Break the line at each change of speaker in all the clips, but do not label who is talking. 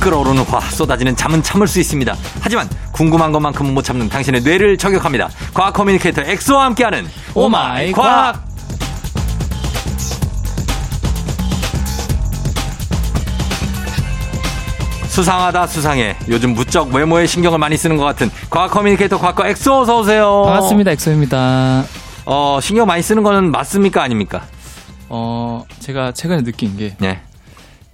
끓어오르는 화 쏟아지는 잠은 참을 수 있습니다. 하지만 궁금한 것만큼은 못 참는 당신의 뇌를 저격합니다. 과학 커뮤니케이터 엑소와 함께하는 오마이 과학. 수상하다 수상해. 요즘 무척 외모에 신경을 많이 쓰는 것 같은 과학 커뮤니케이터 과학과 엑소 어서 오세요.
반갑습니다. 엑소입니다.
어 신경 많이 쓰는 거는 맞습니까 아닙니까?
어, 제가 최근에 느낀 게,
예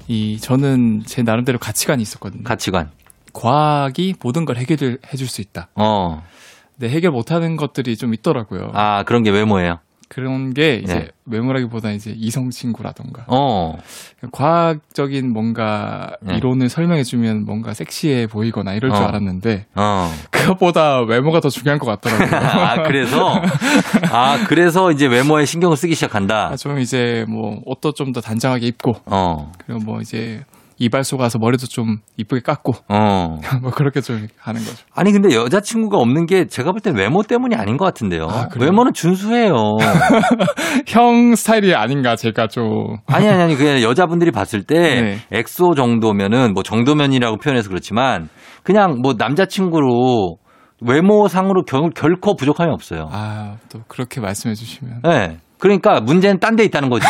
이, 저는 제 나름대로 가치관이 있었거든요.
가치관.
과학이 모든 걸 해결, 해줄 수 있다.
어.
근데 해결 못하는 것들이 좀 있더라고요.
아 그런 게 외모예요.
그런 게 이제
네.
외모라기보다 이제 이성친구라던가.
어.
과학적인 뭔가
네.
이론을 설명해주면 뭔가 섹시해 보이거나 이럴 줄
어.
알았는데,
어.
그것보다 외모가 더 중요한 것 같더라고요.
아, 그래서? 아, 그래서 이제 외모에 신경을 쓰기 시작한다.
아, 좀 이제 뭐 옷도 좀 더 단정하게 입고,
어,
그리고 뭐 이제 이발소 가서 머리도 좀 이쁘게 깎고,
어.
뭐 그렇게 좀 하는 거죠.
아니, 근데 여자친구가 없는 게 제가 볼 땐 외모 때문이 아닌 것 같은데요.
아, 그래요?
외모는 준수해요.
형 스타일이 아닌가 제가 좀.
아니, 아니, 아니. 그냥 여자분들이 봤을
네.
때 엑소 정도면은 뭐 정도면이라고 표현해서 그렇지만 그냥 뭐 남자친구로 외모상으로 결, 결코 부족함이 없어요.
아, 또 그렇게 말씀해 주시면.
예. 그러니까 문제는 딴 데 있다는 거지.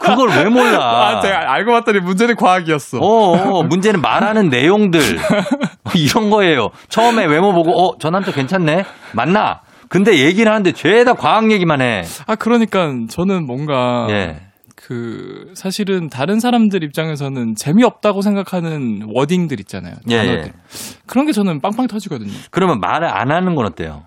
그걸 왜 몰라.
아, 제가 알고 봤더니 문제는 과학이었어.
어, 어, 문제는 말하는 내용들. 어, 이런 거예요. 처음에 외모 보고, 어, 저 남자 괜찮네? 만나. 근데 얘기를 하는데 죄다 과학 얘기만 해.
아, 그러니까 저는 뭔가
예.
그 사실은 다른 사람들 입장에서는 재미없다고 생각하는 워딩들 있잖아요.
예,
단어들.
예.
그런 게 저는 빵빵 터지거든요.
그러면 말을 안 하는 건 어때요?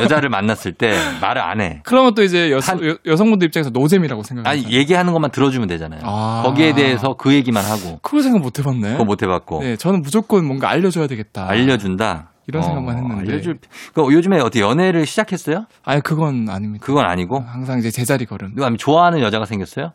여자를 만났을 때 말을 안 해.
그러면 또 이제 여,
한-
성분들 입장에서 노잼이라고 생각해요.
아니, 얘기하는 것만 들어주면 되잖아요.
음. 아.
거기에 대해서 그 얘기만 하고.
그걸 생각 못 해봤네.
그거 못 해봤고.
네, 저는 무조건 뭔가 알려줘야 되겠다.
알려준다. 어,
이런 생각만 했는데.
알려줄. 그 요즘에 어떻게 연애를 시작했어요?
아니 그건 아닙니다.
그건 아니고.
항상 이제 제자리 걸음.
누가 좋아하는 여자가 생겼어요?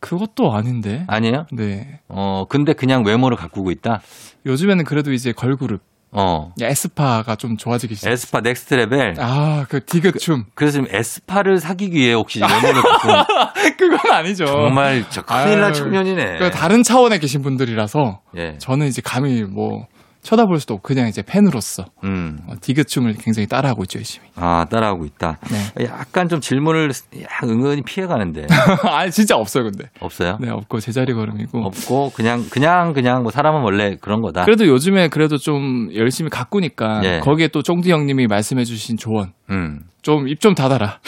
그것도 아닌데.
아니에요?
네.
어, 근데 그냥 외모를 가꾸고 있다?
요즘에는 그래도 이제 걸그룹
어.
에스파가 좀 좋아지기 시작.
에스파 넥스트 레벨.
아, 그 디귿춤.
그래서 지금 에스파를 사귀기 위해 혹시 외모를 갖고
그건 아니죠.
정말 저 큰일 날
아유,
청년이네.
그 다른 차원에 계신 분들이라서
예.
저는 이제 감히 뭐 쳐다볼 수도 없고 그냥 이제 팬으로서
음.
어, 디귿춤을 굉장히 따라하고 있죠, 열심히.
아, 따라하고 있다.
네.
약간 좀 질문을 약 은근히 피해 가는데
아, 진짜 없어요, 근데.
없어요?
네, 없고 제자리 걸음이고.
없고 그냥 그냥 그냥 뭐 사람은 원래 그런 거다.
그래도 요즘에 그래도 좀 열심히 가꾸니까
예.
거기에 또 쫑디 형님이 말씀해 주신 조언
음.
좀 입 좀 닫아라.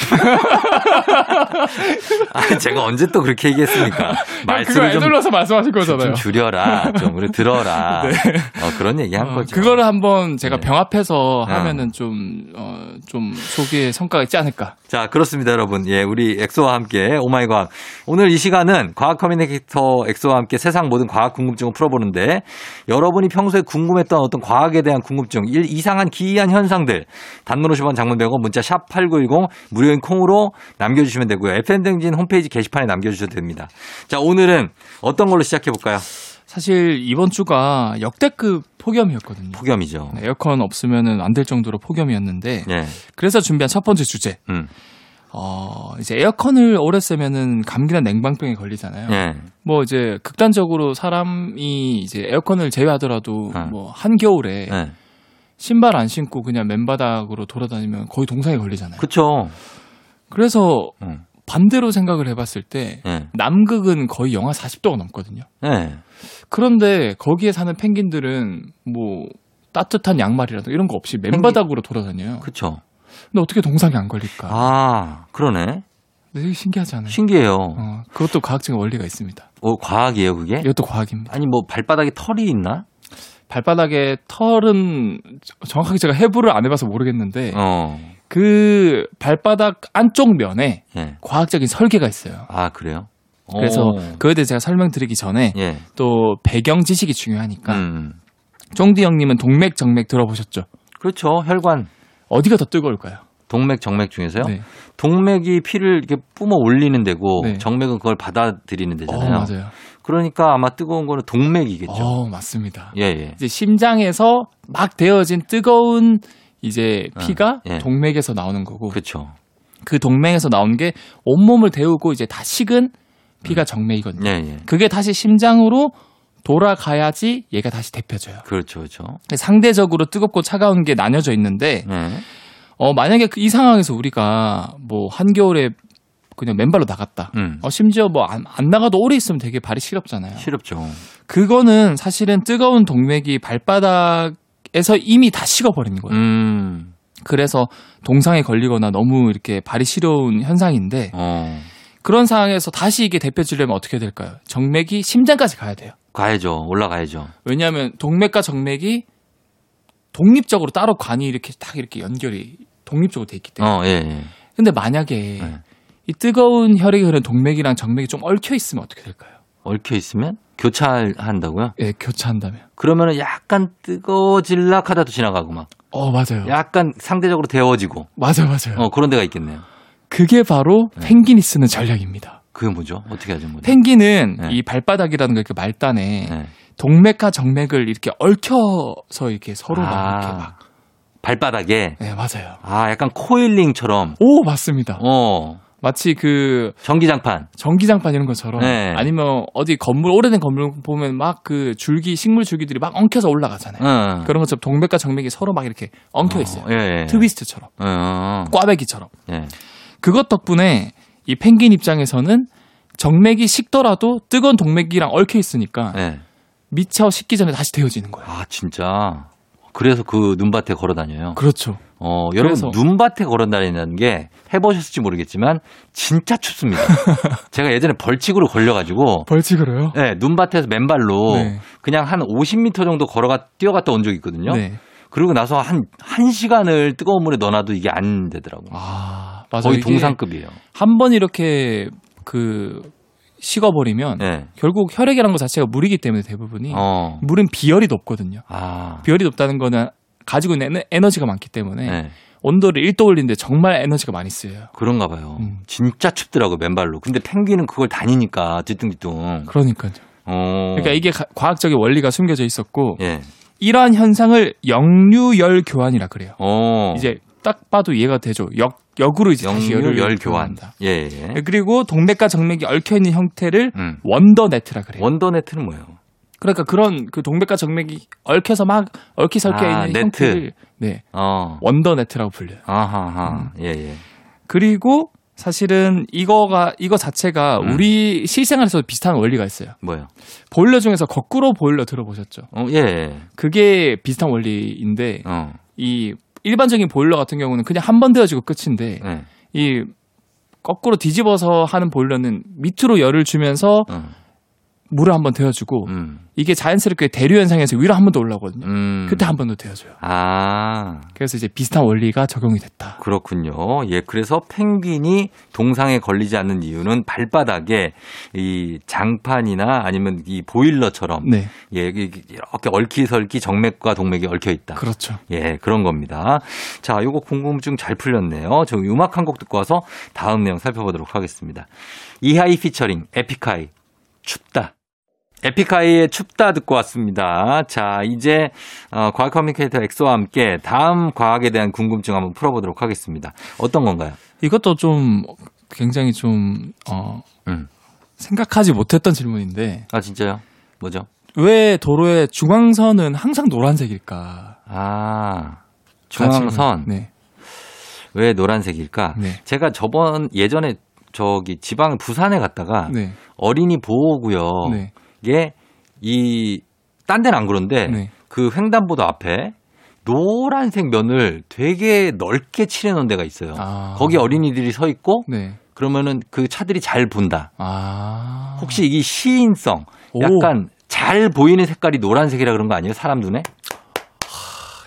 아, 제가 언제 또 그렇게 얘기했습니까?
그거
말씀을 좀,
애들러서 말씀하신 거잖아요. 네.
좀 줄여라. 좀 우리 들어라. 어, 그런 얘기 한
어,
거죠.
그거를 한번 제가
네.
병합해서 하면은 좀, 어, 좀 속에 성과가 있지 않을까.
자, 그렇습니다, 여러분. 예, 우리 엑소와 함께 오마이 과학. 오늘 이 시간은 과학 커뮤니케이터 엑소와 함께 세상 모든 과학 궁금증을 풀어보는데 여러분이 평소에 궁금했던 어떤 과학에 대한 궁금증, 일, 이상한 기이한 현상들 단문 50원 장문 100원 문자 샵 8910 무료인 콩으로 남겨주시면 되고요. FM등진 홈페이지 게시판에 남겨주셔도 됩니다. 자, 오늘은 어떤 걸로 시작해볼까요?
사실 이번 주가 역대급 폭염이었거든요.
폭염이죠.
네, 에어컨 없으면은 안 될 정도로 폭염이었는데
예,
그래서 준비한 첫 번째 주제.
음,
어, 이제 에어컨을 오래 쓰면은 감기나 냉방병에 걸리잖아요.
예,
뭐 이제 극단적으로 사람이 이제 에어컨을 제외하더라도
어.
뭐 한겨울에
예.
신발 안 신고 그냥 맨바닥으로 돌아다니면 거의 동상에 걸리잖아요.
그쵸.
그래서
음,
반대로 생각을 해봤을 때
예,
남극은 거의 영하 40도가 넘거든요.
예.
그런데 거기에 사는 펭귄들은 뭐 따뜻한 양말이라든가 이런 거 없이 맨바닥으로 돌아다녀요.
그쵸.
근데 어떻게 동상이 안 걸릴까?
아, 그러네.
되게 신기하지 않아요?
신기해요.
어, 그것도 과학적인 원리가 있습니다.
어, 과학이에요, 그게?
이것도 과학입니다.
아니, 뭐, 발바닥에 털이 있나?
발바닥에 털은 정확하게 제가 해부를 안 해봐서 모르겠는데
어,
그 발바닥 안쪽 면에
예.
과학적인 설계가 있어요.
아, 그래요?
그래서
오.
그거에 대해 제가 설명드리기 전에
예.
또 배경 지식이 중요하니까
음.
쫑디 형님은 동맥 정맥 들어보셨죠?
그렇죠. 혈관,
어디가 더 뜨거울까요?
동맥, 정맥 중에서요?
네.
동맥이 피를 이렇게 뿜어 올리는 데고,
네.
정맥은 그걸 받아들이는
어,
데잖아요.
맞아요.
그러니까 아마 뜨거운 거는 동맥이겠죠.
어, 맞습니다.
예, 예.
이제 심장에서 막 데워진 뜨거운 이제
어,
피가
예.
동맥에서 나오는 거고 그,
그렇죠.
동맥에서 나온 게 온몸을 데우고 이제 다 식은 피가 정맥이거든요.
음. 예, 예.
그게 다시 심장으로 돌아가야지 얘가 다시 데펴져요.
그렇죠, 그렇죠.
상대적으로 뜨겁고 차가운 게 나뉘어져 있는데
네.
어 만약에 그이 상황에서 우리가 뭐 한겨울에 그냥 맨발로 나갔다.
음.
어 심지어 뭐 안 나가도 오래 있으면 되게 발이 시렵잖아요.
시렵죠.
그거는 사실은 뜨거운 동맥이 발바닥에서 이미 다 식어버린 거예요.
음.
그래서 동상에 걸리거나 너무 이렇게 발이 시려운 현상인데
어.
그런 상황에서 다시 이게 대표지려면 어떻게 될까요? 정맥이 심장까지 가야 돼요.
가야죠. 올라가야죠.
왜냐하면 동맥과 정맥이 독립적으로 따로 관이 이렇게 딱 이렇게 연결이 독립적으로 돼 있기 때문에.
어, 예, 예.
근데 만약에
네.
이 뜨거운 혈액이 흐르는 동맥이랑 정맥이 좀 얽혀 있으면 어떻게 될까요?
얽혀 있으면 교차한다고요?
예, 교차한다면.
그러면은 약간 뜨거질락 하다도 지나가고 막
어, 맞아요.
약간 상대적으로 데워지고
맞아요, 맞아요.
어, 그런 데가 있겠네요.
그게 바로
네.
펭귄이 쓰는 전략입니다.
그게 뭐죠? 어떻게 하죠? 뭐죠?
펭귄은
네.
이 발바닥이라는 거 이렇게 말단에
네.
동맥과 정맥을 이렇게 얽혀서 이렇게 서로
아.
막 이렇게 막.
발바닥에
네, 맞아요.
아, 약간 코일링처럼
오, 맞습니다.
어,
마치 그
전기장판.
전기장판 이런 것처럼
네.
아니면 어디 건물 오래된 건물 보면 막 그 줄기 식물 줄기들이 막 엉켜서 올라가잖아요.
응.
네. 그런 것처럼 동맥과 정맥이 서로 막 이렇게 엉켜 있어요.
어, 예, 예.
트위스트처럼
어, 어.
꽈배기처럼.
예.
그것 덕분에 이 펭귄 입장에서는 정맥이 식더라도 뜨거운 동맥이랑 얽혀 있으니까
예.
미처 식기 전에 다시 데워지는 거예요.
아, 진짜. 그래서 그 눈밭에 걸어 다녀요.
그렇죠.
어, 여러분
그래서-
눈밭에 걸어 다니는 게 해보셨을지 모르겠지만 진짜 춥습니다. 제가 예전에 벌칙으로 걸려가지고
벌칙으로요?
네, 눈밭에서 맨발로
네.
그냥 한 50m 정도 걸어가 뛰어갔다 온 적이 있거든요.
네.
그리고 나서 한 1시간을 뜨거운 물에 넣어놔도 이게 안 되더라고요.
아, 맞아요.
거의
이게
동상급이에요.
한번 이렇게 그 식어버리면
네.
결국 혈액이라는 것 자체가 물이기 때문에 대부분이
어.
물은 비열이 높거든요.
아.
비열이 높다는 거는 가지고 있는 에너- 에너지가 많기 때문에
네.
온도를 1도 올리는데 정말 에너지가 많이 쓰여요.
그런가 봐요.
음.
진짜 춥더라고요, 맨발로. 근데 펭귄은 그걸 다니니까, 뒤뚱뒤뚱.
그러니까요.
어.
그러니까 이게 가- 과학적인 원리가 숨겨져 있었고
예.
이러한 현상을 역류열 교환이라 그래요.
어.
이제 딱 봐도 이해가 되죠. 역 역으로 이제 다시 열을
영유 열 교환.
교환한다. 네.
예, 예.
그리고 동맥과 정맥이 얽혀 있는 형태를
음.
원더네트라 그래요.
원더네트는 뭐예요?
그러니까 그런 그 동맥과 정맥이 얽혀서 막 얽히 설켜
아,
있는
네트.
형태를 네
어.
원더네트라고 불려요.
아하하.
음.
예, 예.
그리고 사실은 이거가 이거 자체가
음.
우리 실생활에서 도 비슷한 원리가 있어요.
뭐요?
보일러 중에서 거꾸로 보일러 들어보셨죠?
어, 예, 예.
그게 비슷한 원리인데
어.
이 일반적인 보일러 같은 경우는 그냥 한 번 데워지고 끝인데
예.
이 거꾸로 뒤집어서 하는 보일러는 밑으로 열을 주면서
어.
물을 한 번 데워주고
음.
이게 자연스럽게 대류 현상에서 위로 한 번 더 올라오거든요.
음.
그때 한 번 더 데워줘요.
아.
그래서 이제 비슷한 원리가 적용이 됐다.
그렇군요. 예, 그래서 펭귄이 동상에 걸리지 않는 이유는 발바닥에 이 장판이나 아니면 이 보일러처럼
네,
예, 이- 이- 이렇게 얽히설키 정맥과 동맥이 얽혀 있다.
그렇죠.
예, 그런 겁니다. 자, 요거 궁금증 잘 풀렸네요. 저희 음악 한 곡 듣고 와서 다음 내용 살펴보도록 하겠습니다. 이하이 피처링 에픽하이 춥다. 에픽하이의 춥다 듣고 왔습니다. 자, 이제 어, 과학 커뮤니케이터 엑소와 함께 다음 과학에 대한 궁금증 한번 풀어보도록 하겠습니다. 어떤 건가요?
이것도 좀 굉장히 좀 어,
음.
생각하지 못했던 질문인데
아, 진짜요? 뭐죠?
왜 도로의 중앙선은 항상 노란색일까?
아, 중앙선
네,
왜 노란색일까?
네,
제가 저번 예전에 저기 지방 부산에 갔다가
네,
어린이 보호구역
네,
이게 이, 딴 데는 안 그런데
네.
그 횡단보도 앞에 노란색 면을 되게 넓게 칠해놓은 데가 있어요.
아.
거기 어린이들이 서 있고
네.
그러면은 그 차들이 잘 본다.
아.
혹시 이게 시인성,
오.
약간 잘 보이는 색깔이 노란색이라 그런 거 아니에요? 사람 눈에?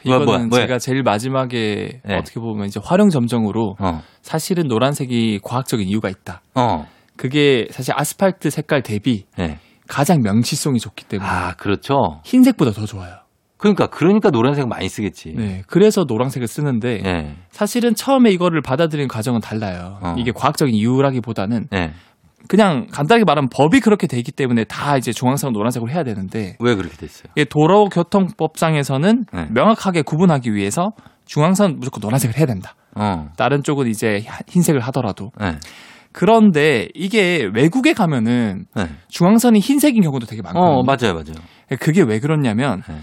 뭐야,
이거는
뭐야, 뭐야.
제가 제일 마지막에
네.
어떻게 보면 이제 활용 점정으로
어,
사실은 노란색이 과학적인 이유가 있다.
어,
그게 사실 아스팔트 색깔 대비
네.
가장 명시성이 좋기 때문에
아 그렇죠.
흰색보다 더 좋아요.
그러니까 그러니까 노란색 많이 쓰겠지.
네. 그래서 노란색을 쓰는데
예,
사실은 처음에 이거를 받아들이는 과정은 달라요.
어.
이게 과학적인 이유라기보다는
예.
그냥 간단하게 말하면 법이 그렇게 되기 때문에 다 이제 중앙선 노란색으로 해야 되는데
왜 그렇게 됐어요?
이게 도로교통법상에서는
네.
명확하게 구분하기 위해서 중앙선 무조건 노란색을 해야 된다.
어,
다른 쪽은 이제 흰색을 하더라도
예.
그런데 이게 외국에 가면은
네.
중앙선이 흰색인 경우도 되게 많거든요.
어, 맞아요, 맞아요.
그게 왜 그렇냐면
네.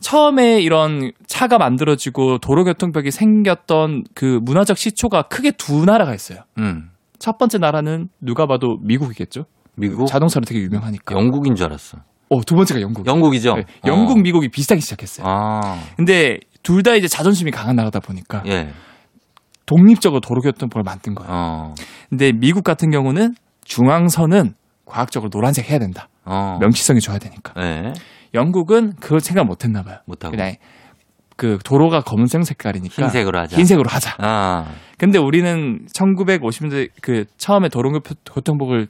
처음에 이런 차가 만들어지고 도로교통벽이 생겼던 그 문화적 시초가 크게 두 나라가 있어요.
음.
첫 번째 나라는 누가 봐도 미국이겠죠.
미국,
자동차로 되게 유명하니까.
영국인 줄 알았어.
어, 두 번째가 영국.
영국이죠.
네, 영국,
어.
미국이 비슷하게 시작했어요.
아,
근데 둘 다 이제 자존심이 강한 나라다 보니까
예.
독립적으로 도로교통법을 만든 거예요.
어.
근데 미국 같은 경우는 중앙선은 과학적으로 노란색 해야 된다.
어.
명시성이 줘야 되니까.
네.
영국은 그걸 생각 못 했나 봐요.
못하고.
그냥 그 도로가 검은색 색깔이니까
어. 흰색으로 하자.
흰색으로 하자.
아,
근데 우리는 1950년대 그 처음에 도로교통법을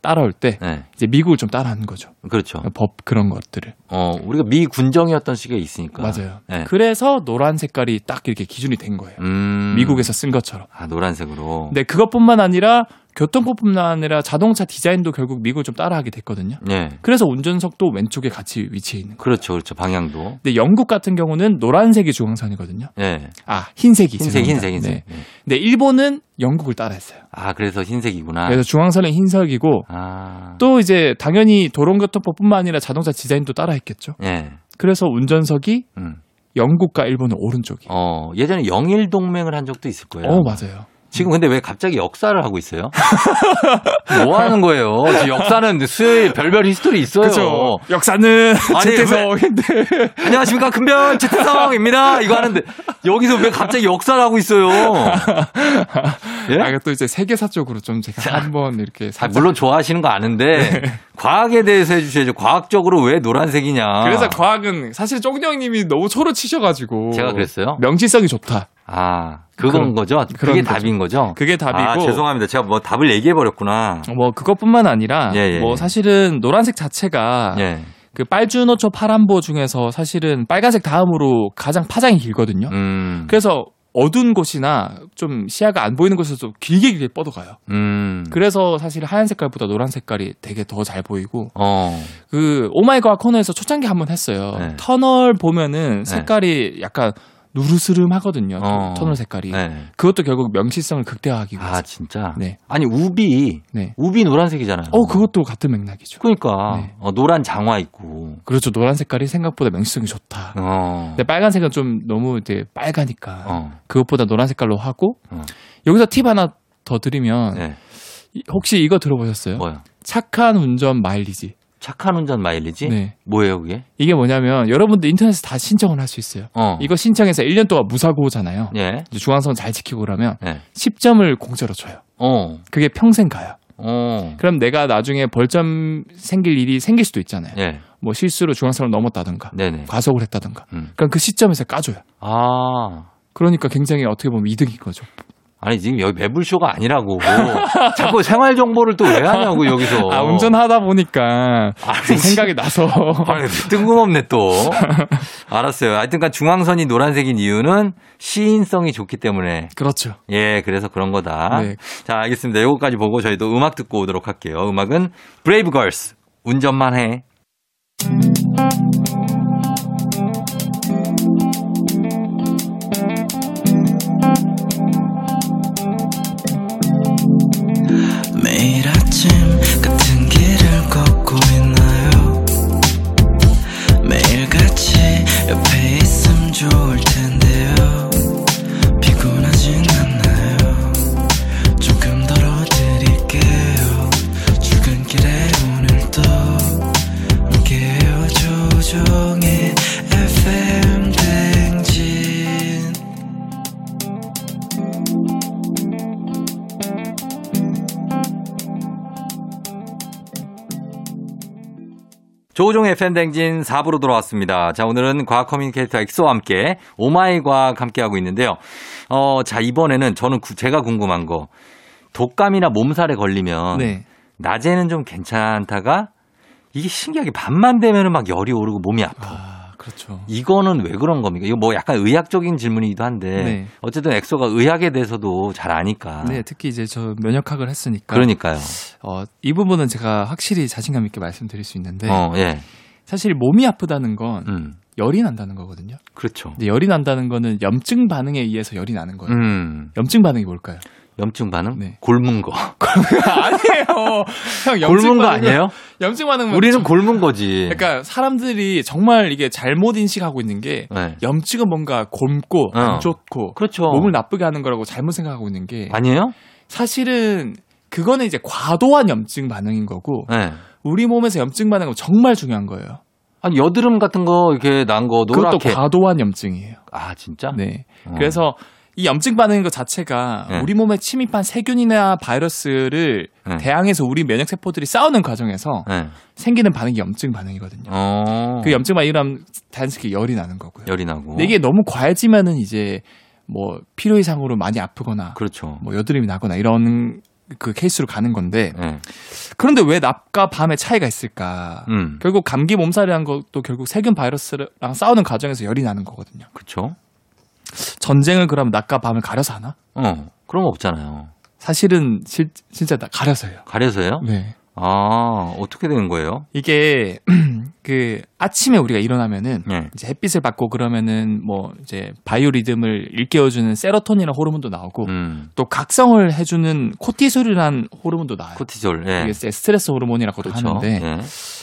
따라올 때
네.
이제 미국을 좀 따라하는 거죠.
그렇죠.
어, 법 그런 것들을.
어, 우리가 미 군정이었던 시기가 있으니까.
맞아요.
네.
그러니까. 그래서 노란 색깔이 딱 이렇게 기준이 된 거예요.
음.
그 미국에서 쓴 것처럼.
아, 노란색으로.
근데 그것뿐만 아니라 교통법뿐만 아니라 자동차 디자인도 결국 미국을 좀 따라하게 됐거든요.
예.
그래서 운전석도 왼쪽에 같이 위치해 있는 거예요.
그렇죠, 그렇죠. 방향도.
근데 영국 같은 경우는 노란색이 중앙선이거든요.
예.
아, 흰색이.
흰색,
죄송합니다.
흰색, 흰색.
네. 근데 일본은 영국을 따라했어요.
아, 그래서 흰색이구나.
그래서 중앙선은 흰색이고
아.
또 이제 당연히 도로교통법뿐만 아니라 자동차 디자인도 따라했겠죠.
예.
그래서 운전석이
음.
영국과 일본의 오른쪽이. 어,
어, 예전에 영일 동맹을 한 적도 있을 거예요.
맞아요.
지금 근데 왜 갑자기 역사를 하고 있어요? 뭐 하는 거예요? 지금 역사는 수요일 별별 히스토리 있어요.
그렇죠. 역사는
아니,
제태성인데
안녕하십니까 금별 최태성입니다. 이거 하는데 여기서 왜 갑자기 역사를 하고 있어요? 예?
아, 또 이제 세계사 쪽으로 좀 제가 한번 이렇게
아,
살짝
물론 좋아하시는 거 아는데
네.
과학에 대해서 해주셔야죠. 과학적으로 왜 노란색이냐?
그래서 과학은 사실 쫑정님이 너무 초로 치셔가지고
제가 그랬어요.
명치성이 좋다.
아 그건
네. 그런-
거죠.
그런
그게
거죠.
답인 거죠.
그게
아
답이고
죄송합니다. 제가 뭐 답을 얘기해 버렸구나.
뭐 그것뿐만 아니라
예, 예,
뭐
예.
사실은 노란색 자체가
예.
그 빨주노초 파란보 중에서 사실은 빨간색 다음으로 가장 파장이 길거든요.
음.
그래서 어두운 곳이나 좀 시야가 안 보이는 곳에서 길게 길게 뻗어가요.
음.
그래서 사실 하얀 색깔보다 노란 색깔이 되게 더 잘 보이고
어.
그 오마이과학 코너에서 초창기 한번 했어요.
네.
터널 보면은 색깔이 약간 누르스름하거든요.
어.
터널 색깔이.
네.
그것도 결국 명시성을 극대화하기 위해서.
아 진짜.
네.
아니 우비
네.
우비 노란색이잖아요.
어 그것도 같은 맥락이죠.
그러니까
네.
어, 노란 장화 있고.
그렇죠. 노란 색깔이 생각보다 명시성이 좋다.
어.
근데 빨간색은 좀 너무 이제 빨가니까
어.
그것보다 노란 색깔로 하고
어.
여기서 팁 하나 더 드리면
네.
이- 혹시 이거 들어보셨어요?
뭐야?
착한 운전 마일리지.
착한 운전 마일리지?
네.
뭐예요 그게?
이게 뭐냐면 여러분들 인터넷에 다 신청을 할 수 있어요.
어.
이거 신청해서 1년 동안 무사고잖아요.
예.
이제 중앙선 잘 지키고 그러면
네.
10점을 공짜로 줘요.
어.
그게 평생 가요.
어.
그럼 내가 나중에 벌점 생길 일이 생길 수도 있잖아요.
예.
뭐 실수로 중앙선을 넘었다든가
네네.
과속을 했다든가.
음.
그럼 그 시점에서 까줘요.
아.
그러니까 굉장히 어떻게 보면 이득인 거죠.
아니 지금 여기 매불쇼가 아니라고 자꾸 생활 정보를 또 왜 하냐고 여기서
아 운전하다 보니까 그
아니,
생각이 나서
아니, 뜬금없네 또 알았어요 하여튼간 중앙선이 노란색인 이유는 시인성이 좋기 때문에
그렇죠.
예 그래서 그런 거다
네.
자 알겠습니다 요거까지 보고 저희도 음악 듣고 오도록 할게요 음악은 브레이브걸스 운전만 해
매일 아침 같은 길을 걷고 있나요 매일 같이 옆에 있음 좋을 텐데요 피곤하진 않나요 조금 덜어드릴게요 출근길에 오늘도 함께해요 조종의 FM 댕진
조우종의 팬댕진 4부로 돌아왔습니다. 자, 오늘은 과학 커뮤니케이터 엑소와 함께 오마이 과학 함께하고 있는데요. 어, 자, 이번에는 저는 구- 제가 궁금한 거. 독감이나 몸살에 걸리면
네.
낮에는 좀 괜찮다가 이게 신기하게 밤만 되면은 막 열이 오르고 몸이 아파.
아 그렇죠.
이거는 왜 그런 겁니까? 이거 뭐 약간 의학적인 질문이기도 한데
네.
어쨌든 엑소가 의학에 대해서도 잘 아니까.
네, 특히 이제 저 면역학을 했으니까
그러니까요.
어, 이 부분은 제가 확실히 자신감 있게 말씀드릴 수 있는데
어, 예.
사실 몸이 아프다는 건
음.
열이 난다는 거거든요.
그렇죠.
근데 열이 난다는 거는 염증 반응에 의해서 열이 나는 거예요.
음.
염증 반응이 뭘까요?
염증 반응?
네.
곪은 거.
아니에요. 형
곪은
염증
거
반응은-
아니에요?
염증 반응은
우리는
좀-
곪은 거지.
그러니까 사람들이 정말 이게 잘못 인식하고 있는 게
네.
염증은 뭔가 곪고
어.
안 좋고
그렇죠.
몸을 나쁘게 하는 거라고 잘못 생각하고 있는 게
아니에요?
사실은 그거는 이제 과도한 염증 반응인 거고
네.
우리 몸에서 염증 반응은 정말 중요한 거예요.
아니 여드름 같은 거 이렇게 난 거
그것도
노랗게.
과도한 염증이에요.
아 진짜?
네.
어.
그래서 이 염증 반응인 것 자체가
네.
우리 몸에 침입한 세균이나 바이러스를
네.
대항해서 우리 면역 세포들이 싸우는 과정에서
네.
생기는 반응이 염증 반응이거든요.
어.
그 염증 반응이라면 단순히 열이 나는 거고요.
열이 나고.
근데 이게 너무 과해지면은 이제 뭐 필요 이상으로 많이 아프거나
그렇죠.
뭐 여드름이 나거나 이런 그 케이스로 가는 건데
네.
그런데 왜 낮과 밤의 차이가 있을까?
음.
결국 감기 몸살이란 것도 결국 세균 바이러스랑 싸우는 과정에서 열이 나는 거거든요.
그렇죠.
전쟁을 그럼 낮과 밤을 가려서 하나?
어. 그런 거 없잖아요.
사실은 실, 진짜 나- 가려서요.
가려서요?
네.
아 어떻게 되는 거예요?
이게 그 아침에 우리가 일어나면은
네.
이제 햇빛을 받고 그러면은 뭐 이제 바이오 리듬을 일깨워주는 세로토닌이라는 호르몬도 나오고
음.
또 각성을 해주는 코티솔이라는 호르몬도 나와요.
코티졸.
이게
예.
이제 스트레스 호르몬이라고도
그렇죠.
하는데
예.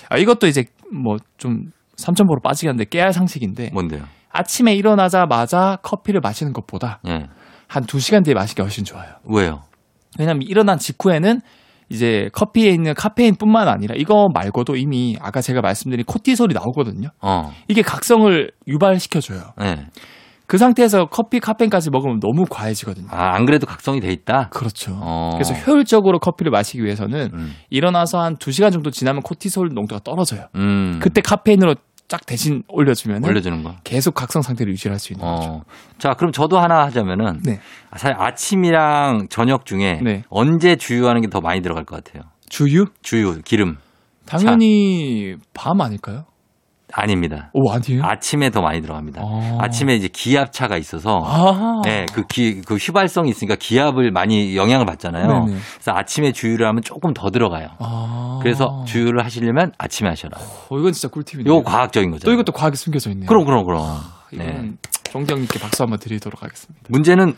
아, 이것도 이제 뭐 좀 삼천포로 빠지긴 한데 깨알 상식인데
예. 뭔데요?
아침에 일어나자마자 커피를 마시는 것보다
예.
한 두시간 뒤에 마시는 게 훨씬 좋아요.
왜요?
왜냐면 일어난 직후에는 이제 커피에 있는 카페인뿐만 아니라 이거 말고도 이미 아까 제가 말씀드린 코티솔이 나오거든요.
어.
이게 각성을 유발시켜줘요.
예.
그 상태에서 커피 카페인까지 먹으면 너무 과해지거든요.
아, 안 그래도 각성이 돼 있다.
그렇죠.
어.
그래서 효율적으로 커피를 마시기 위해서는
음.
일어나서 한 두시간 정도 지나면 코티솔 농도가 떨어져요.
음.
그때 카페인으로 쫙 대신 올려주면 은
올려주는 거.
계속 각성 상태를 유지할 수 있는 거죠.
어. 자, 그럼 저도 하나 하자면은
네.
아, 사실 아침이랑 저녁 중에
네.
언제 주유하는 게 더 많이 들어갈 것 같아요?
주유?
주유, 기름
당연히 밤 아닐까요?
아닙니다.
오 아니에요?
아침에 더 많이 들어갑니다.
아.
아침에 이제 기압차가 있어서
아.
네, 그 기, 그 휘발성이 있으니까 기압을 많이 영향을 받잖아요.
네네.
그래서 아침에 주유를 하면 조금 더 들어가요.
아.
그래서 주유를 하시려면 아침에 하셔라.
어, 이건 진짜 꿀팁이네요.
요거 과학적인 거죠.
또 이것도 과학이 숨겨져 있네요.
그럼 그럼 그럼. 네.
이거는 정대형님께 박수 한번 드리도록 하겠습니다.
문제는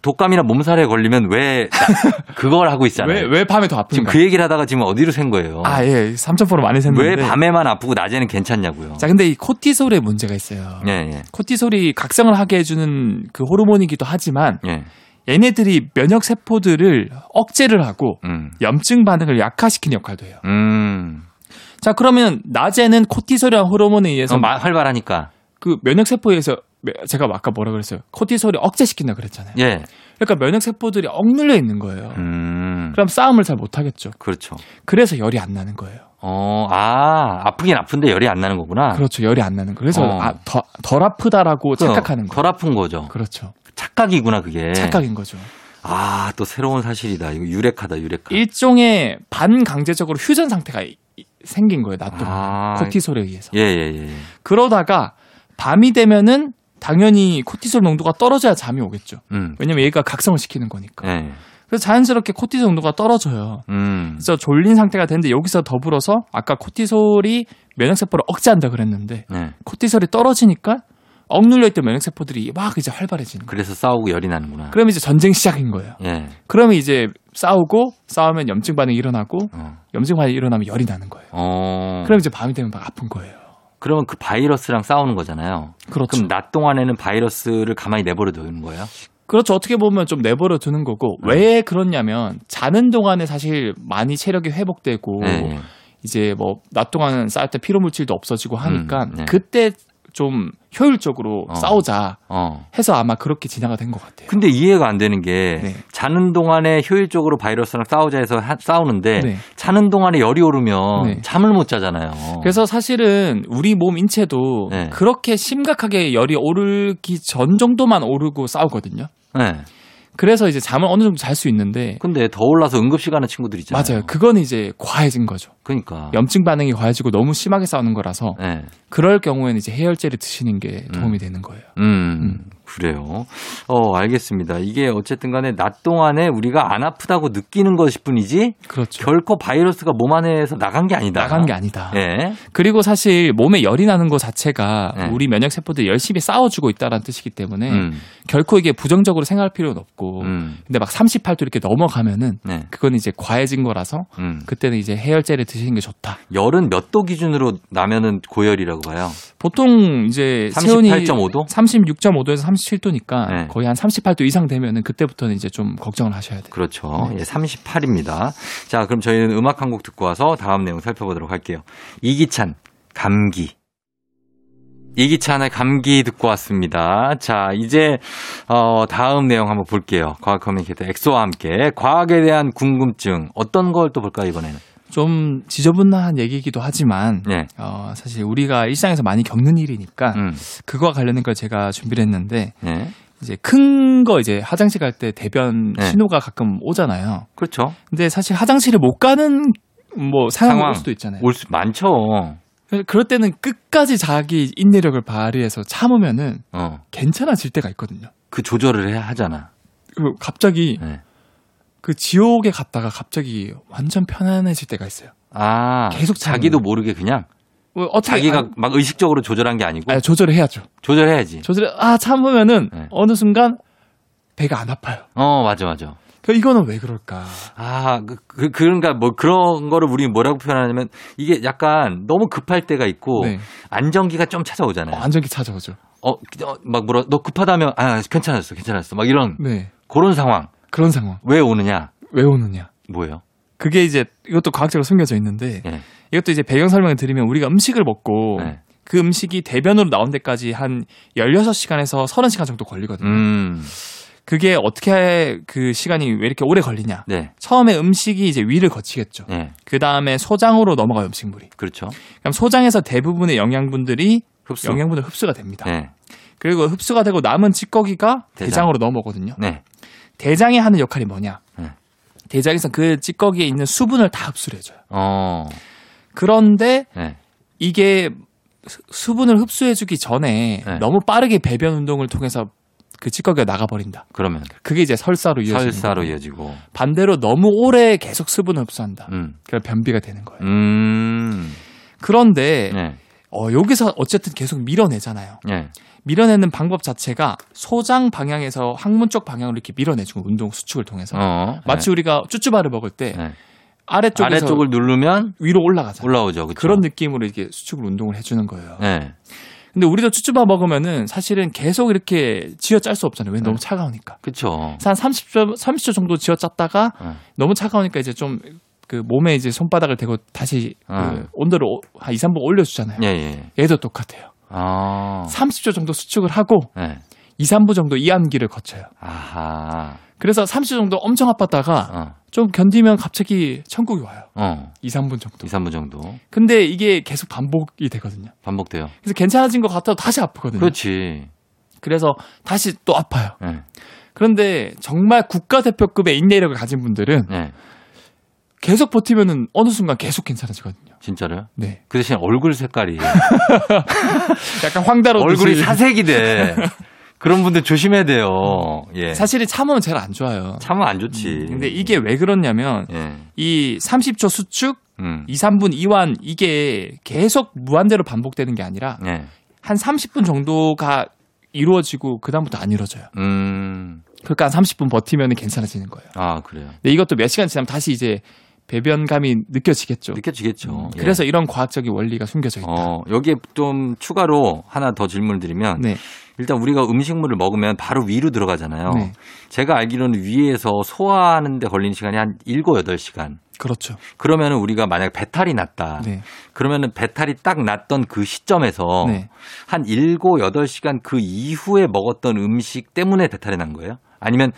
독감이나 몸살에 걸리면 왜 나- 그걸 하고 있잖아요.
왜, 왜 밤에 더
네. 지금
아픈가?
그 얘기를 하다가 지금 어디로 샌 거예요.
아, 예. 3,000% 많이 샜는데.
왜 밤에만 아프고 낮에는 괜찮냐고요.
자, 근데 이 코티솔에 문제가 있어요.
예, 예.
코티솔이 각성을 하게 해주는 그 호르몬이기도 하지만
예.
얘네들이 면역 세포들을 억제를 하고
음.
염증 반응을 약화시키는 역할도 해요.
음.
자, 그러면 낮에는 코티솔이라는 호르몬에
그래서
의해서
어, 마- 활발하니까.
그 면역 세포에 의해서 제가 아까 뭐라 그랬어요? 코티솔이 억제시킨다 그랬잖아요.
예.
그러니까 면역 세포들이 억눌려 있는 거예요.
음.
그럼 싸움을 잘 못 하겠죠.
그렇죠.
그래서 열이 안 나는 거예요.
어, 아, 아프긴 아픈데 열이 안 나는 거구나.
그렇죠. 열이 안 나는 거. 그래서
어.
아, 더, 덜 아프다라고
그럼
착각하는 거예요.
덜 네. 아픈 거죠.
그렇죠.
착각이구나, 그게.
착각인 거죠.
아, 또 새로운 사실이다. 이거 유력하다, 유력하.
일종의 반강제적으로 휴전 상태가 이- 이- 생긴 거예요. 나도
아.
코티솔에 의해서.
예, 예, 예.
그러다가 밤이 되면은 당연히 코티솔 농도가 떨어져야 잠이 오겠죠.
음.
왜냐면 얘가 각성을 시키는 거니까.
예.
그래서 자연스럽게 코티솔 농도가 떨어져요.
음.
그래서 졸린 상태가 되는데 여기서 더불어서 아까 코티솔이 면역세포를 억제한다 그랬는데
예.
코티솔이 떨어지니까 억눌려 있던 면역 세포들이 막 이제 활발해지는 거예요.
그래서 싸우고 열이 나는구나.
그럼 이제 전쟁 시작인 거예요.
예.
그러면 이제 싸우고 싸우면 염증 반응이 일어나고
어.
염증 반응이 일어나면 열이 나는 거예요.
어.
그럼 이제 밤이 되면 막 아픈 거예요.
그러면 그 바이러스랑 싸우는 거잖아요.
그렇죠.
그럼 낮 동안에는 바이러스를 가만히 내버려 두는 거예요?
그렇죠. 어떻게 보면 좀 내버려 두는 거고
음.
왜 그러냐면 자는 동안에 사실 많이 체력이 회복되고
예, 예.
이제 뭐 낮 동안 싸울 때 피로 물질도 없어지고 하니까
음, 네.
그때 좀 효율적으로
어.
싸우자
어.
해서 아마 그렇게 진화가 된 것 같아요.
근데 이해가 안 되는 게
네.
자는 동안에 효율적으로 바이러스랑 싸우자 해서 하- 싸우는데
네.
자는 동안에 열이 오르면
네.
잠을 못 자잖아요.
그래서 사실은 우리 몸 인체도
어. 네.
그렇게 심각하게 열이 오르기 전 정도만 오르고 싸우거든요.
네.
그래서 이제 잠을 어느 정도 잘 수 있는데
근데 더 올라서 응급실 가는 친구들 있잖아요.
맞아요. 그건 이제 과해진 거죠.
그러니까.
염증 반응이 과해지고 너무 심하게 싸우는 거라서
네.
그럴 경우에는 이제 해열제를 드시는 게
음.
도움이 되는 거예요.
음. 그래요. 어, 알겠습니다. 이게 어쨌든 간에 낮 동안에 우리가 안 아프다고 느끼는 것일 뿐이지
그렇죠.
결코 바이러스가 몸 안에서 나간 게 아니다.
나간 게 아니다.
예.
그리고 사실 몸에 열이 나는 것 자체가
네.
우리 면역 세포들이 열심히 싸워주고 있다라는 뜻이기 때문에
음.
결코 이게 부정적으로 생각할 필요는 없고
음.
근데 막 38도 이렇게 넘어가면은
네.
그건 이제 과해진 거라서
음.
그때는 이제 해열제를 드시는 게 좋다.
열은 몇 도 기준으로 나면은 고열이라고 봐요.
보통 이제 체온이
38.5도?
36.5도에서 37도니까
네.
거의 한 38도 이상 되면은 그때부터는 이제 좀 걱정을 하셔야 돼요.
그렇죠.
네.
예, 38입니다. 자, 그럼 저희는 음악 한 곡 듣고 와서 다음 내용 살펴보도록 할게요. 이기찬, 감기. 이기찬의 감기 듣고 왔습니다. 자, 이제, 어, 다음 내용 한번 볼게요. 과학 커뮤니케이터 엑소와 함께 과학에 대한 궁금증 어떤 걸 또 볼까요, 이번에는?
좀 지저분한 얘기이기도 하지만
예.
어, 사실 우리가 일상에서 많이 겪는 일이니까
음,
그거와 관련된 걸 제가 준비를 했는데
예.
이제 큰 거 이제 화장실 갈 때 대변
네.
신호가 가끔 오잖아요.
그렇죠.
근데 사실 화장실을 못 가는 뭐 상황이
상황.
올 수도 있잖아요.
올 수, 많죠.
그럴 때는 끝까지 자기 인내력을 발휘해서 참으면은
어.
괜찮아질 때가 있거든요.
그 조절을 해야 하잖아.
그 갑자기
예.
그 지옥에 갔다가 갑자기 완전 편안해질 때가 있어요.
아.
계속
자기도 모르게 그냥
뭐 어떻게
자기가
아,
막 의식적으로 조절한 게 아니고
아니, 조절을 해야죠.
조절해야지.
조절을 아 참으면은
네.
어느 순간 배가 안 아파요.
어, 맞아, 맞아.
그 이거는 왜 그럴까?
아, 그, 그, 그러니까 뭐 그런 거를 우리 뭐라고 표현하냐면 이게 약간 너무 급할 때가 있고
네.
안정기가 좀 찾아오잖아요.
어, 안정기 찾아오죠.
어, 어, 막 물어, 너 급하다면, 아, 괜찮았어, 괜찮았어. 막 이런,
네
그런 상황.
그런 상황
왜 오느냐?
왜 오느냐?
뭐예요?
그게 이제 이것도 과학적으로 숨겨져 있는데
예.
이것도 이제 배경 설명을 드리면 우리가 음식을 먹고
네.
그 음식이 대변으로 나온 데까지 한 16시간에서 30시간 정도 걸리거든요.
음,
그게 어떻게 그 시간이 왜 이렇게 오래 걸리냐?
네.
처음에 음식이 이제 위를 거치겠죠.
예.
그 다음에 소장으로 넘어가요, 음식물이.
그렇죠.
그럼 소장에서 대부분의 영양분들이
흡수.
영양분을 흡수가 됩니다.
예.
그리고 흡수가 되고 남은 찌꺼기가
대장.
대장. 으로 넘어거든요.
네.
대장이 하는 역할이 뭐냐?
네.
대장에서 그 찌꺼기에 있는 수분을 다 흡수를 해줘요.
어,
그런데
예.
이게 수- 수분을 흡수해주기 전에
네.
너무 빠르게 배변 운동을 통해서 그 찌꺼기가 나가버린다.
그러면
그게 이제 설사로 이어지는
설사로
거고.
이어지고.
반대로 너무 오래 계속 수분을 흡수한다.
음,
그럼 변비가 되는 거예요.
음,
그런데
예.
어, 여기서 어쨌든 계속 밀어내잖아요.
예.
밀어내는 방법 자체가 소장 방향에서 항문 쪽 방향으로 이렇게 밀어내주고 네. 운동 수축을 통해서
어.
마치 우리가 쭈쭈바를 먹을 때
예. 예.
아래쪽에서
아래쪽을 누르면
위로 올라가잖아요. 네.
올라오죠. 그쵸?
그런 느낌으로 이렇게 수축을 운동을 해주는 거예요.
예.
근데 우리도 쭈쭈바 먹으면은 사실은 계속 이렇게 쥐어 짤 수 없잖아요. 왜 너무 차가우니까.
그쵸.
그래서 한 30초, 30초 정도 쥐어 짰다가
예.
너무 차가우니까 이제 좀 그 몸에 이제 손바닥을 대고 다시 그
음.
온도를 오- 한 2, 3분 올려주잖아요.
예, 예.
얘도 똑같아요. 어.
아.
30초 정도 수축을 하고
예.
2, 3분 정도 이완기를 거쳐요.
아하.
그래서 30초 정도 엄청 아팠다가
어.
좀 견디면 갑자기 천국이 와요.
어.
2, 3분
2,
정도.
3분 정도
근데 이게 계속 반복이 되거든요.
반복돼요.
그래서 괜찮아진 것 같아도 다시 아프거든요.
그렇죠. 그렇지.
그래서 다시 또 아파요.
예.
그런데 정말 국가대표급의 인내력을 가진 분들은
예.
계속 버티면은 어느 순간 계속 괜찮아지거든요.
진짜로요?
네.
그 대신 얼굴 색깔이
약간 황달호
얼굴이
듯이.
사색이 돼. 그런 분들 조심해야 돼요. 예.
음. 네. 사실이 참으면 제일 안 좋아요. 음,
참으면 안 좋지.
근데 이게 왜 그렇냐면
예.
이 30초 수축,
음.
2, 3분 이완 이게 계속 무한대로 반복되는 게 아니라
예.
한 30분 정도가 이루어지고 그다음부터 안 이루어져요.
음.
그러니까 한 30분 버티면은 괜찮아지는 거예요.
아, 그래요.
근데 이것도 몇 시간 지나면 다시 이제 배변감이 느껴지겠죠. 음,
느껴지겠죠. 예.
그래서 이런 과학적인 원리가 숨겨져 있다.
어, 여기에 좀 추가로 하나 더 질문을 드리면
네.
일단 우리가 음식물을 먹으면 바로 위로 들어가잖아요.
네.
제가 알기로는 위에서 소화하는 데 걸리는 시간이 한 7, 8시간.
그렇죠.
그러면 우리가 만약 배탈이 났다.
네.
그러면 배탈이 딱 났던 그 시점에서
네.
한 7, 8시간 그 이후에 먹었던 음식 때문에 배탈이 난 거예요? 아니면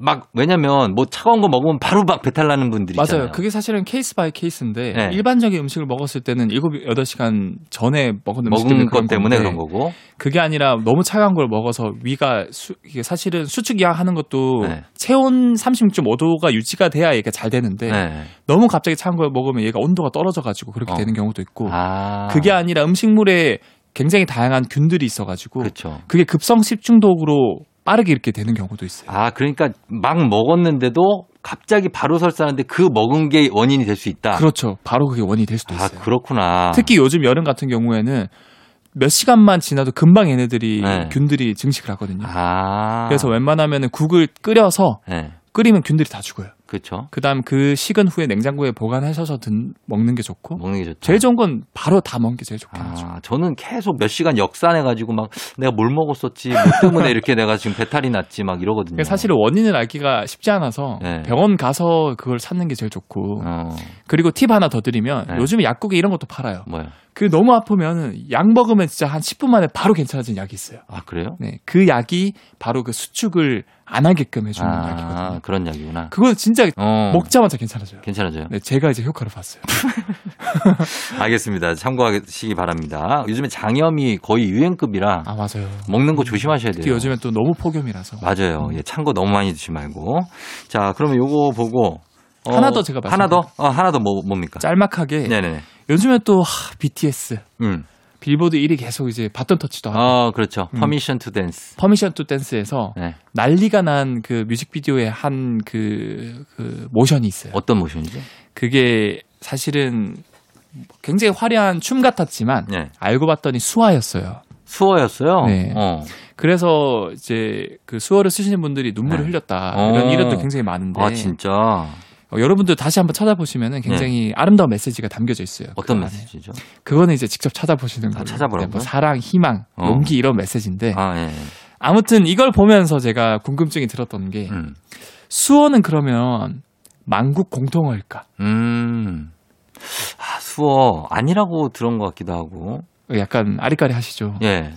막 왜냐면 뭐 차가운 거 먹으면 바로 막 배탈 나는 분들이 있잖아요.
맞아요. 그게 사실은 케이스 바이 케이스인데
네.
일반적인 음식을 먹었을 때는 7, 8시간 전에 먹은 음식 때문에
먹은
그런
것 때문에
건데
그런 거고.
그게 아니라 너무 차가운 걸 먹어서 위가 수, 이게 사실은 수축 이하하는 것도
네.
체온 36.5도가 유지가 돼야 이게 잘 되는데
네.
너무 갑자기 차가운 걸 먹으면 얘가 온도가 떨어져 가지고 그렇게
어.
되는 경우도 있고
아.
그게 아니라 음식물에 굉장히 다양한 균들이 있어가지고
그렇죠.
그게 급성 식중독으로 빠르게 이렇게 되는 경우도 있어요.
아, 그러니까 막 먹었는데도 갑자기 바로 설사하는데 그 먹은 게 원인이 될 수 있다.
그렇죠. 바로 그게 원인이 될 수도
아,
있어요.
그렇구나.
특히 요즘 여름 같은 경우에는 몇 시간만 지나도 금방 얘네들이
네.
균들이 증식을 하거든요.
아.
그래서 웬만하면 국을 끓여서
네.
끓이면 균들이 다 죽어요.
그렇죠.
그다음 그 식은 후에 냉장고에 보관하셔서 든, 먹는 게 좋고
먹는 게 좋죠.
어? 제일 좋은 건 바로 다 먹는 게 제일 좋긴 하죠.
뭐. 아, 저는 계속 몇 시간 역산해가지고 막 내가 뭘 먹었었지, 뭐 때문에 이렇게 내가 지금 배탈이 났지 막 이러거든요.
그러니까 사실 원인을 알기가 쉽지 않아서
네.
병원 가서 그걸 찾는 게 제일 좋고
어,
그리고 팁 하나 더 드리면
네.
요즘에 약국에 이런 것도 팔아요.
뭐야.
그 너무 아프면 약 먹으면 진짜 한 10분 만에 바로 괜찮아지는 약이 있어요.
아, 그래요?
네, 그 약이 바로 그 수축을 안 하게끔 해주는
아,
약이거든요.
그런 약이구나.
그거 진짜
어.
먹자마자 괜찮아져요.
괜찮아져요.
네, 제가 이제 효과를 봤어요.
알겠습니다. 참고하시기 바랍니다. 요즘에 장염이 거의 유행급이라
아 맞아요.
먹는 거 조심하셔야
특히
돼요.
요즘에 또 너무 폭염이라서
네. 맞아요. 예, 찬 거 너무 많이 드시지 말고. 자, 그러면 요거 보고 어,
하나 더 제가
하나 더?
말씀드릴게요.
어, 하나 더 뭐, 뭡니까?
짤막하게
네네네.
요즘에 또 하, BTS
음.
빌보드 1위 계속 이제 바톤 터치도 하고
어, 그렇죠.
음.
퍼미션 투 댄스.
퍼미션 투 댄스에서
네.
난리가 난 그 뮤직비디오의 한 그 그 모션이 있어요.
어떤 모션이죠?
그게 사실은 굉장히 화려한 춤 같았지만
네.
알고 봤더니 수화였어요.
수어였어요.
네.
어.
그래서 이제 그 수어를 쓰시는 분들이 눈물을
네.
흘렸다
어.
이런 이론도 굉장히 많은데
아, 진짜.
어, 여러분들 다시 한번 찾아보시면 굉장히 아름다운 메시지가 담겨져 있어요.
네. 어떤
그 안에.
메시지죠?
그거는 이제 직접 찾아보시는 거예요.
찾아보라고요?
뭐 사랑, 희망,
어.
용기 이런 메시지인데
아, 예.
아무튼 이걸 보면서 제가 궁금증이 들었던 게
음.
수어는 그러면 만국 공통어일까?
음. 아, 수어 아니라고 들은 것 같기도 하고.
약간 아리까리 하시죠.
예.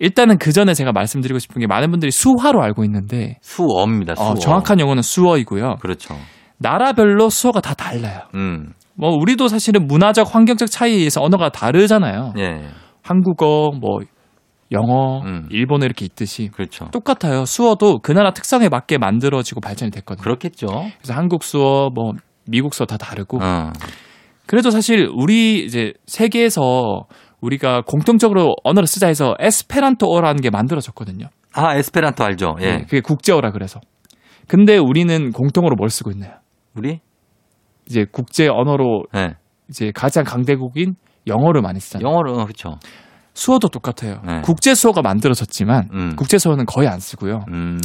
일단은 그 전에 제가 말씀드리고 싶은 게 많은 분들이 수화로 알고 있는데
수어입니다.
어,
수어.
정확한 용어는 수어이고요.
그렇죠.
나라별로 수어가 다 달라요.
음.
뭐 우리도 사실은 문화적 환경적 차이에 의해서 언어가 다르잖아요.
예.
한국어, 뭐 영어,
음.
일본어 이렇게 있듯이
그렇죠.
똑같아요. 수어도 그 나라 특성에 맞게 만들어지고 발전이 됐거든요.
그렇겠죠.
그래서 한국 수어, 뭐 미국 수어 다 다르고
어.
그래도 사실 우리 이제 세계에서 우리가 공통적으로 언어를 쓰자 해서 에스페란토어라는 게 만들어졌거든요.
아, 에스페란토 알죠? 예.
네, 그게 국제어라 그래서. 근데 우리는 공통어로 뭘 쓰고 있나요?
우리?
이제 국제 언어로
예.
이제 가장 강대국인 영어를 많이 쓰잖아요.
영어로, 어, 그렇죠.
수어도 똑같아요.
네.
국제 수어가 만들어졌지만
음.
국제 수어는 거의 안 쓰고요.
음.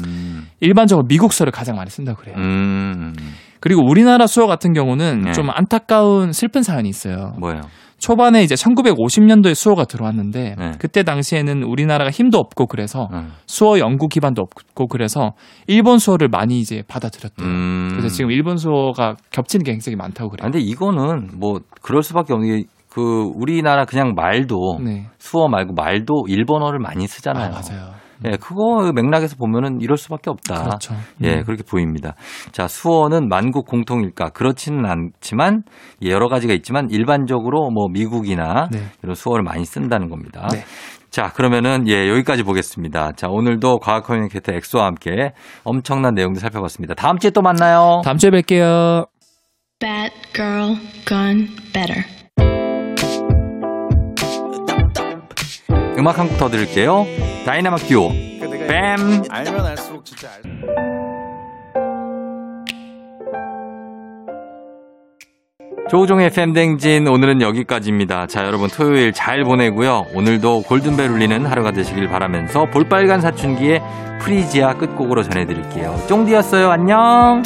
일반적으로 미국 수어를 가장 많이 쓴다고 그래요.
음.
그리고 우리나라 수어 같은 경우는
네.
좀 안타까운 슬픈 사연이 있어요.
뭐예요?
초반에 이제 1950년도에 수어가 들어왔는데
네.
그때 당시에는 우리나라가 힘도 없고 그래서
음.
수어 연구 기반도 없고 그래서 일본 수어를 많이 이제 받아들였대요.
음.
그래서 지금 일본 수어가 겹치는 게 굉장히 많다고
아,
그래요.
근데 이거는 뭐 그럴 수밖에 없는 게 그 우리나라 그냥 말도
네.
수어 말고 말도 일본어를 많이 쓰잖아요.
아, 맞아요.
예, 그거 맥락에서 보면은 이럴 수밖에 없다.
그렇죠.
예,
음.
그렇게 보입니다. 자, 수어는 만국 공통일까? 그렇지는 않지만 예, 여러 가지가 있지만 일반적으로 뭐 미국이나
네.
이런 수어를 많이 쓴다는 겁니다.
네.
자, 그러면은 예, 여기까지 보겠습니다. 자, 오늘도 과학 커뮤니케이터 엑소와 함께 엄청난 내용들 살펴봤습니다. 다음 주에 또 만나요.
다음 주에 뵐게요.
Bad girl gone better.
음악 한 곡 더 들을게요. 다이나믹 듀오. 뱀.
알면 알수록 진짜 알.
조종의 팬댕진 오늘은 여기까지입니다. 자, 여러분 토요일 잘 보내고요. 오늘도 골든벨 울리는 하루가 되시길 바라면서 볼빨간 사춘기의 프리지아 끝곡으로 전해드릴게요. 쫑디였어요. 안녕.